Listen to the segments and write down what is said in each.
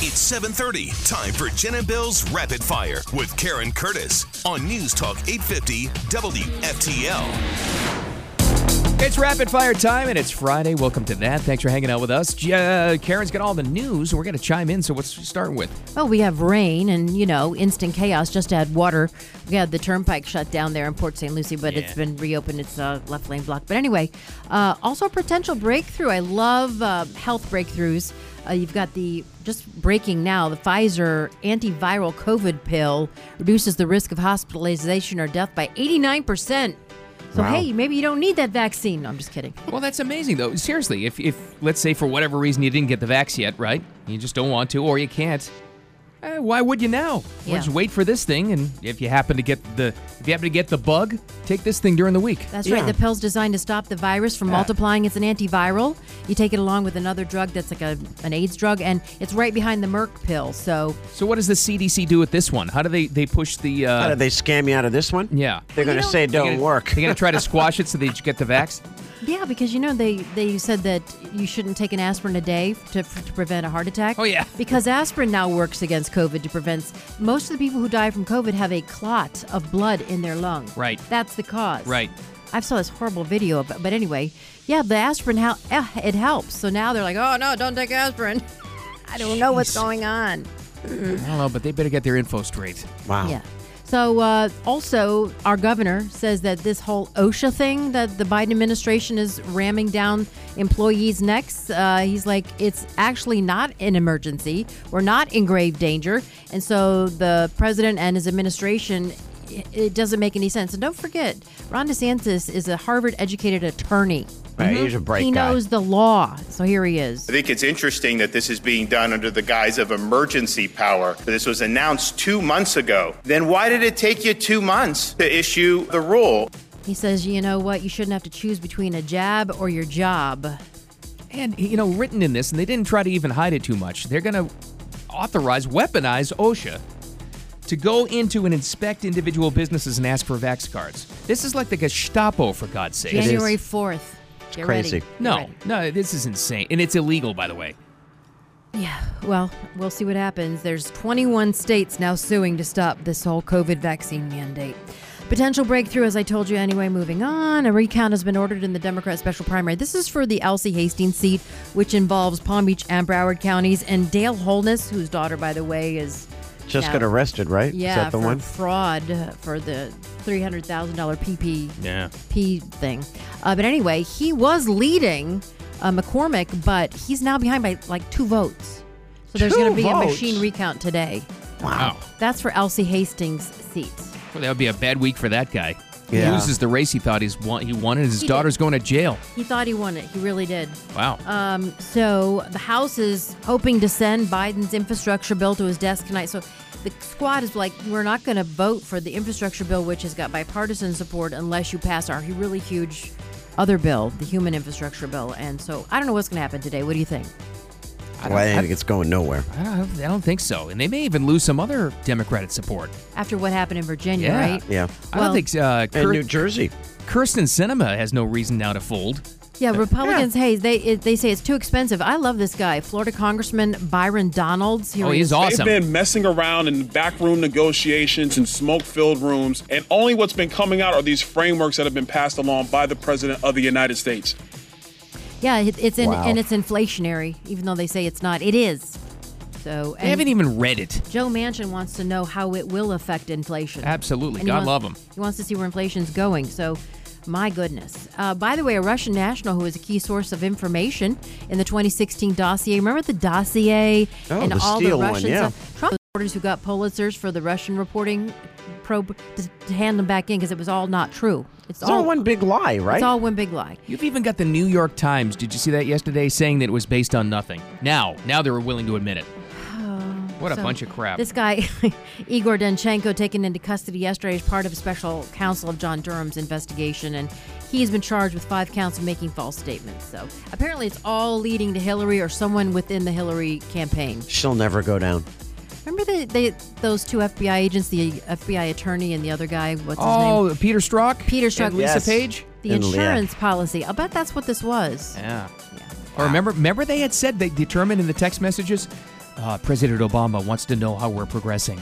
It's 7:30. Time for Jen and Bill's Rapid Fire with Karen Curtis on News Talk 850 WFTL. It's rapid fire time, and it's Friday. Welcome to that. Thanks for hanging out with us. Ja- Karen's got all the news. We're going to chime in. So what's she starting with? Well, we have rain and, you know, instant chaos just to add water. We had the turnpike shut down there in Port St. Lucie, but it's been reopened. It's a left lane block. But anyway, uh, also a potential breakthrough. I love uh, health breakthroughs. Uh, you've got the just breaking now the Pfizer antiviral COVID pill reduces the risk of hospitalization or death by 89%. So, Wow. hey, maybe you don't need that vaccine. No, I'm just kidding. Well, that's amazing, though. Seriously, if, if let's say for whatever reason you didn't get the vax yet, right? You just don't want to, or you can't. eh, why would you now? Why Yeah. Just wait for this thing, and if you happen to get the if you happen to get the bug, take this thing during the week. That's Yeah. right. The pill's designed to stop the virus from multiplying. It's an antiviral. You take it along with another drug that's like a, an AIDS drug, and it's right behind the Merck pill. So So what does the CDC do with this one? How do they they push the? Uh, How did they scam you out of this one? yeah, They're going to don't- say it don't They're gonna- work. They're gonna try to squash it so they get the vax. yeah, because you know they they said that you shouldn't take an aspirin a day to, to prevent a heart attack. Oh, yeah. because aspirin now works against COVID to prevent. Most of the people who die from COVID have a clot of blood in their lung. Right. that's the cause. Right. I saw this horrible video, of it, but anyway, yeah, the aspirin hel- eh, it helps. So now they're like, oh no, don't take aspirin. I don't know what's going on. I don't know, but they better get their info straight. Wow. Yeah. So uh, also, our governor says that this whole OSHA thing that the Biden administration is ramming down employees' necks, uh, he's like, it's actually not an emergency. We're not in grave danger, and so the president and his administration. i- It doesn't make any sense. And don't forget, Ron DeSantis is a Harvard educated attorney. Right, He's a bright he guy. knows the law. So here he is. I think it's interesting that this is being done under the guise of emergency power. This was announced two months ago. Then why did it take you two months to issue the rule? He says, you know what? You shouldn't have to choose between a jab or your job. And you know, written in this, and they didn't try to even hide it too much. They're gonna authorize, weaponize OSHA to go into and inspect individual businesses and ask for vax cards. This is like the Gestapo, for God's sake. January 4th. It's crazy. No, no, this is insane, and it's illegal, by the way. Yeah. Well, we'll see what happens. There's 21 states now suing to stop this whole COVID vaccine mandate. Potential breakthrough, as I told you anyway, moving on. A recount has been ordered in the Democrat special primary. This is for the Elsie Hastings seat, which involves Palm Beach and Broward counties. And Dale Holness, whose daughter, by the way, is Just now- got arrested, right? Yeah, Is that the for one? fraud uh, for the $300,000 PP Yeah. P thing. Uh, but anyway, he was leading uh, McCormick, but he's now behind by like two votes. So there's Two going to be a votes? machine recount today. Wow. That's for Elsie Hastings' seat. Well, that would be a bad week for that guy. He Yeah. loses the race he thought he's won, he won, and his He did. daughter's going to jail. He thought he won it. He really did. Wow. Um, so the House is hoping to send Biden's infrastructure bill to his desk tonight. So the squad is like, we're not going to vote for the infrastructure bill, which has got bipartisan support, unless you pass our really huge other bill, the human infrastructure bill. And so I don't know what's going to happen today. What do you think? Well, I think it's going nowhere. I, don't, I don't think so, and they may even lose some other Democratic support. after what happened in Virginia, Yeah. right? Yeah. I don't Well- think uh, And Kir- New Jersey. Kirsten Cinema has no reason now to fold. Yeah, Republicans. Hey, they it, they say it's too expensive. I love this guy, Florida Congressman Byron Donalds. Here Oh, he he's is. awesome. They've been messing around in backroom negotiations and smoke-filled rooms, and only what's been coming out are these frameworks that have been passed along by the president of the United States. Yeah, it, it's in Wow. and it's inflationary, even though they say it's not. It is. So They haven't and even read it. Joe Manchin wants to know how it will affect inflation. Absolutely. he God wants- love him. He wants to see where inflation's going. So, my goodness. Uh, by the way, a Russian national who was a key source of information in the 2016 dossier. Remember the dossier Oh, and the all the Steele one, Russian yeah. stuff? Trump reporters who got Pulitzers for the Russian reporting probe to, to hand them back in because it was all not true. It's, It's all one big lie, Oh. right? It's all one big lie. You've even got the New York Times. Did you see that yesterday saying that it was based on nothing? Now, now they were willing to admit it. What a Oh, So, bunch of crap. This guy, Igor Danchenko, taken into custody yesterday as part of a special counsel of John Durham's investigation, and he's been charged with five counts of making false statements. So apparently, it's all leading to Hillary or someone within the Hillary campaign. She'll never go down. Remember the, they, those two FBI agents, the FBI attorney and the other guy? What's his name? oh, Peter Strzok? Peter Strzok. And Lisa Yes. Page? The And Leah. insurance policy. I bet that's what this was. Yeah. Or remember remember they had said they determined in the text messages uh, President Obama wants to know how we're progressing.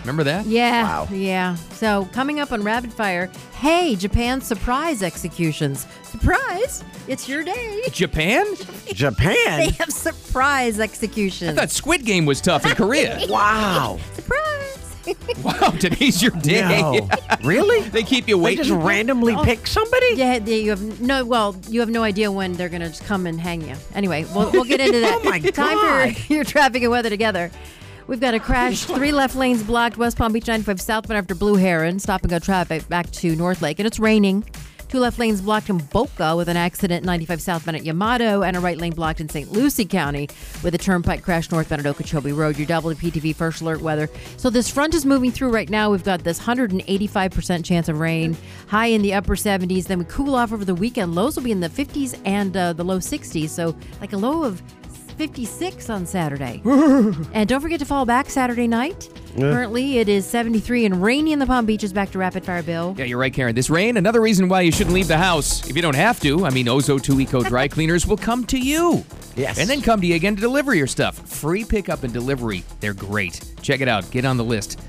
Remember that? Yeah. Wow. Yeah. So coming up on Rapid Fire, hey, Japan's surprise executions. Surprise! It's your day. Japan? They Japan? have surprise I executions. thought Squid Game was tough in Korea. Wow. surprise! wow, today's your day. No. really? They keep you They waiting. just randomly pick somebody? Oh. yeah, they- you have no. Well, you have no idea when they're gonna just come and hang you. Anyway, we'll, we'll get into that. Oh, my Time for God. your, your traffic and weather together. We've got a crash, three left lanes blocked, West Palm Beach 95 southbound after Blue Heron. Stop and go traffic back to North Lake, and it's raining. Two left lanes blocked in Boca with an accident 95 southbound at Yamato, and a right lane blocked in St. Lucie County with a turnpike crash northbound at Okeechobee Road. Your WPTV first alert weather. So this front is moving through right now. We've got this 185% chance of rain, high in the upper 70s. Then we cool off over the weekend. Lows will be in the 50s and uh, the low 60s. So like a low of 56 on Saturday. And don't forget to fall back Saturday night. Currently, it is 73 and rainy in the Palm Beaches. Back to rapid fire, Bill. Yeah, you're right, Karen. This rain, another reason why you shouldn't leave the house. If you don't have to, I mean, Ozo2 Eco Dry Cleaners will come to you. Yes. And then come to you again to deliver your stuff. Free pickup and delivery. They're great. Check it out. Get on the list.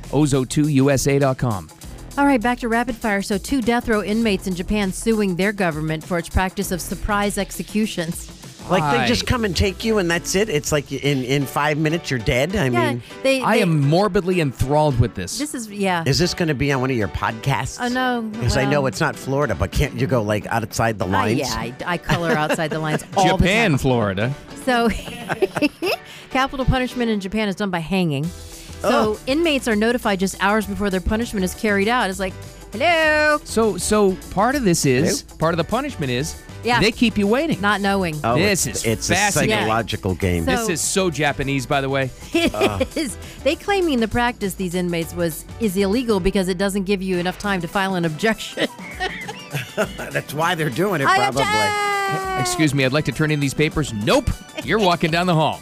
Ozo2USA.com. All right, back to rapid fire. So, two death row inmates in Japan suing their government for its practice of surprise executions. Like Hi. they just come and take you and that's it? It's like in, in five minutes you're dead? I Yeah, mean, they, I they- am morbidly enthralled with this. This is yeah. is this going to be on one of your podcasts? Oh, no. Because I know Well- it's not Florida, but can't you go like outside the I, lines? yeah, I, I color outside the lines all Japan, the time. Florida. So, capital punishment in Japan is done by hanging. Oh. So, inmates are notified just hours before their punishment is carried out. It's like, hello, So, so part of this is part of the punishment is Yeah. they keep you waiting. not knowing. Oh, This it's, is it's a fascinating. psychological game. So- this is so Japanese, by the way. It is. They claiming the practice these inmates was is illegal because it doesn't give you enough time to file an objection. That's why they're doing it, I probably. object! Excuse me, I'd like to turn in these papers. Nope, you're walking down the hall.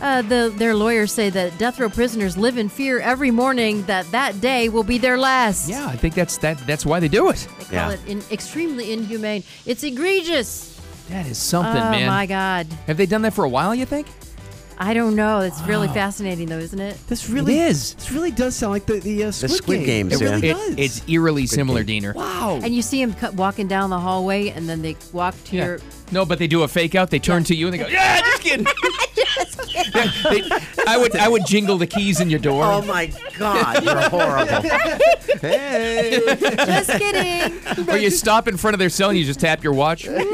Uh, the, their lawyers say that death row prisoners live in fear every morning that that day will be their last. Yeah, I think that's that. That's why they do it. They call Yeah. it in, extremely inhumane. It's egregious. That is something, oh man. my God. Have they done that for a while? You think? I don't know. It's really fascinating, though, isn't it? This really It is. This really does sound like the the, uh, Squid, Squid Game. Games, It really yeah. It- does. it's eerily similar, Diener. wow. And you see him cu- walking down the hallway, and then they walk to Yeah. your. No, but they do a fake out. They turn to you and they go, "Yeah, just kidding." They- I would, I would jingle the keys in your door. Oh my God, you're horrible. Just kidding. or you stop in front of their cell and you just tap your watch. Imagine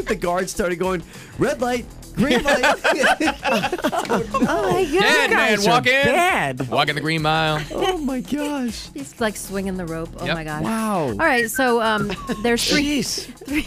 if the guards started going red light, green light. Oh my God. Dead man, guys are walk in. bad. Walk in the green mile. oh my gosh. He's like swinging the rope. Oh Yep. my god! Wow. All right, so um, there's three, Jeez. three,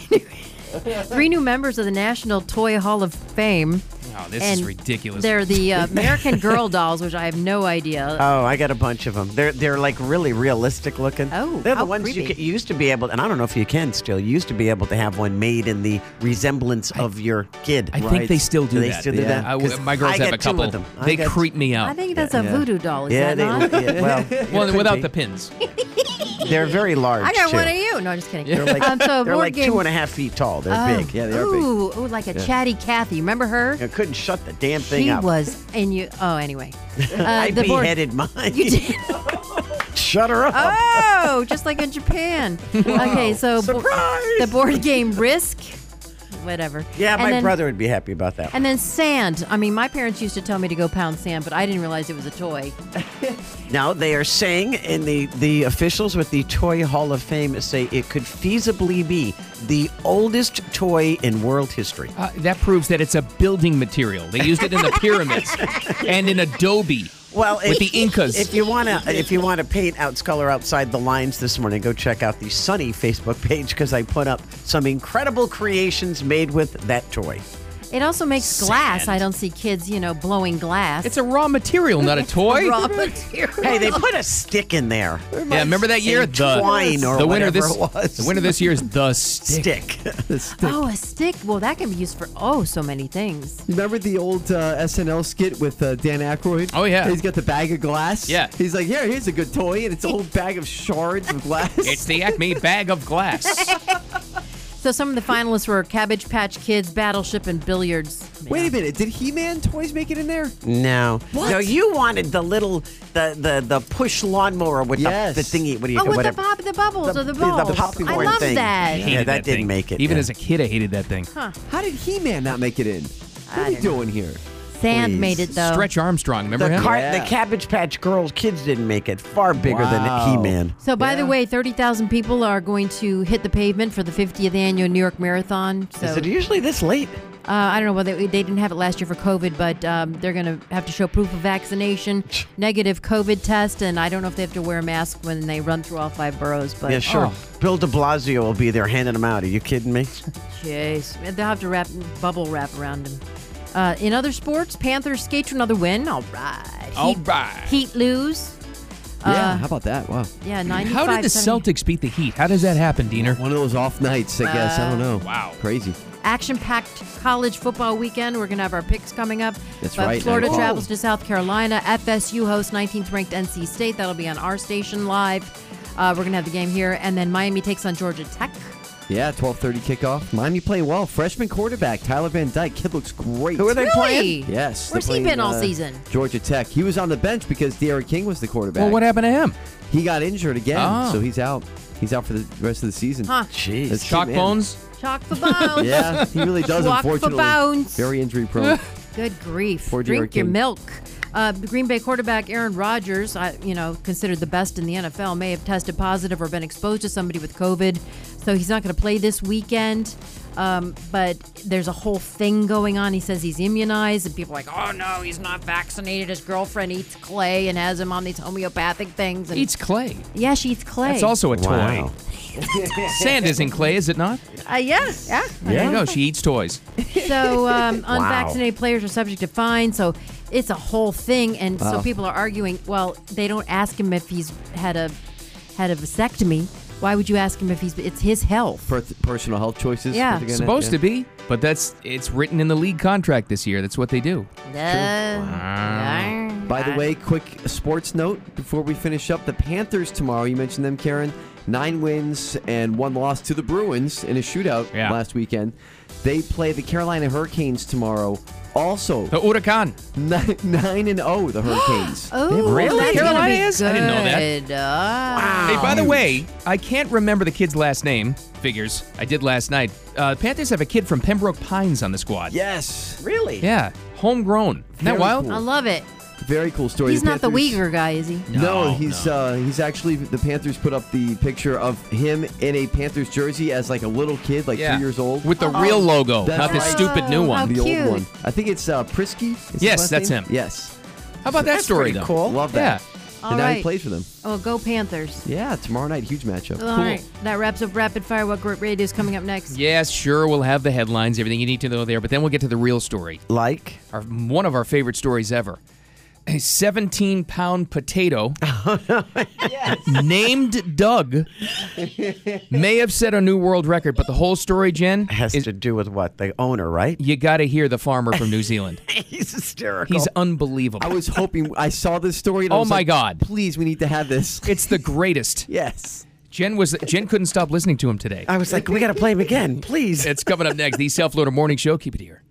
new, three new members of the National Toy Hall of Fame. Wow, Oh, this and is ridiculous. They're the uh, American Girl dolls, which I have no idea. Oh, I got a bunch of them. They're they're like really realistic looking. Oh, they're how the ones you, creepy. ca- you used to be able, and I don't know if you can still. You used to be able to have one made in the resemblance of your kid. I think they still do Do they that. still do that? I w- 'Cause my girls I have got a two of couple. them. I They got- creep me out. I think that's a voodoo doll. Is yeah, that they, not? yeah, well, it well, could without be. the pins. they're very large. I got too. one of you. No, I'm just kidding. They're like, um, so they're board like game. two and a half feet tall. They're Oh, big. Yeah, they are big. ooh, ooh, like a chatty Cathy. Remember her? I couldn't shut the damn thing She up. was, and you. Oh, anyway. Uh, I the board- beheaded mine. You did. shut her up. Oh, just like in Japan. Okay, so bo- Surprise! the board game Risk, whatever. yeah, And my then- brother would be happy about that. And then sand. I mean, my parents used to tell me to go pound sand, but I didn't realize it was a toy. Now they are saying, and the the officials with the Toy Hall of Fame say it could feasibly be the oldest toy in world history. Uh, that proves that it's a building material. They used it in the pyramids and in Adobe. with if- the Incas. If you wanna, if you wanna paint out color outside the lines this morning, go check out the Sunny Facebook page because I put up some incredible creations made with that toy. It also makes glass. Sand. I don't see kids, you know, blowing glass. it's a raw material, not a toy. raw material. Hey, they put a stick in there. yeah, remember that year? And twine or the winner whatever this it was. the winner this year is the stick. Stick. Oh, a stick. Well, that can be used for oh so many things. You remember the old uh, SNL skit with uh, Dan Aykroyd? Oh, yeah. he's got the bag of glass. Yeah. he's like, here, here's a good toy, and it's a whole bag of shards of glass. It's the Acme bag of glass. So some of the finalists were Cabbage Patch Kids, Battleship, and Billiards. Oh, Wait a minute, did He-Man toys make it in there? No. What? No, you wanted the little the the the push lawnmower with Yes. the, the thingy. What do you Oh, with whatever. the pop, the bubbles, The- or the the balls. popcorn I love thing. that. Yeah. that didn't thing. make it, Even yeah. as a kid, I hated that thing. How did He-Man not make it in? What are we doing here? Sand Please. made it though. Stretch Armstrong, remember The, him? car, Yeah. the Cabbage Patch Girls kids didn't make it. Far bigger Wow. than He-Man. So, by the way, 30,000 people are going to hit the pavement for the 50th annual New York Marathon. So, Is it usually this late? uh, I don't know whether they didn't have it last year for COVID, but um, they're going to have to show proof of vaccination, negative COVID test, and I don't know if they have to wear a mask when they run through all five boroughs. But Yeah, sure. Oh. Bill De Blasio will be there handing them out. Are you kidding me? Jeez, they'll have to wrap bubble wrap around him. Uh, in other sports, Panthers skate to another win. All right. All Heat, right. Heat lose. uh, yeah, how about that? Wow. Yeah, 95 How did the 70. Celtics beat the Heat? How does that happen, Diener? One of those off nights, I guess. I don't know. wow. Crazy. action-packed college football weekend. We're going to have our picks coming up. That's but right, Florida nice. travels to South Carolina. FSU hosts 19th ranked NC State. That'll be on our station live. Uh, we're going to have the game here. And then Miami takes on Georgia Tech. Yeah, 12:30 kickoff. Miami playing well. Freshman quarterback Tyler Van Dyke. Kid looks great. Who are they playing? Really? Yes. Where's they're he playing, been all uh, season? Georgia Tech. He was on the bench because Derrick King was the quarterback. Well, what happened to him? He got injured again, Oh. so he's out. He's out for the rest of the season. Ah. Huh. Jeez. That's- Chalk man. bones? Chalk for bones. Yeah, he really does. Walk for unfortunately, bounds. very injury prone. Good grief. Poor Drink Derrick your King. milk. Uh, the Green Bay quarterback Aaron Rodgers, I, you know, considered the best in the NFL, may have tested positive or been exposed to somebody with COVID, so he's not going to play this weekend. Um, but there's a whole thing going on. He says he's immunized, and people are like, "Oh no, he's not vaccinated." His girlfriend eats clay and has him on these homeopathic things. And Eats clay. yeah, she eats clay. That's also a toy. Wow. Sand is in clay, is it not? uh, yeah, yeah. There you go. She eats toys. So um, unvaccinated players are subject to fines. So it's a whole thing, and so people are arguing. Well, they don't ask him if he's had a had a vasectomy. Why would you ask him if he's? It's his health. Per- personal health choices. Yeah. that they're gonna- Supposed to yeah. be, but that's it's written in the league contract this year. That's what they do. Uh, By the way, quick sports note before we finish up. The Panthers tomorrow, you mentioned them, Karen. Nine wins and one loss to the Bruins in a shootout Yeah. last weekend. They play the Carolina Hurricanes tomorrow. Also, The Huracan. nine, nine and oh, the Hurricanes. Oh, They have a Really? That's Carolina gonna be is? I didn't know that. good. Uh, Hey, by the way, I can't remember the kid's last name. Figures. I did last night. Uh, Panthers have a kid from Pembroke Pines on the squad. Yes, Really? Yeah. Homegrown. Isn't that Very wild? cool. uh, I love it. very cool story. He's not the Panthers- Uyghur guy, is he? No, No, he's Uh, he's actually the Panthers put up the picture of him in a Panthers jersey as like a little kid, like Yeah. three years old, With the real logo, That's not this right. stupid new Oh, one. how the cute. old one. I think it's uh, Prisky. is his Yes, last that's name? him. Yes, How about that story, pretty though? cool. love that. Yeah. And All now right. he plays for them. Oh, go Panthers! Yeah, tomorrow night, huge matchup. All right, that wraps up rapid fire. What great radio is coming up next? Yes, sure, we'll have the headlines, everything you need to know there, but then we'll get to the real story. Like? Our, one of our favorite stories ever. A 17 pound potato named Doug may have set a new world record, but the whole story, Jen, Has is to do with what? The owner, right? you got to hear the farmer from New Zealand. He's hysterical. He's unbelievable. I was hoping I saw this story. And I Oh was my like, God. Please, we need to have this. it's the greatest. yes. Jen was Jen couldn't stop listening to him today. I was like, we got to play him again, please. It's coming up next. The South Florida Morning Show. Keep it here.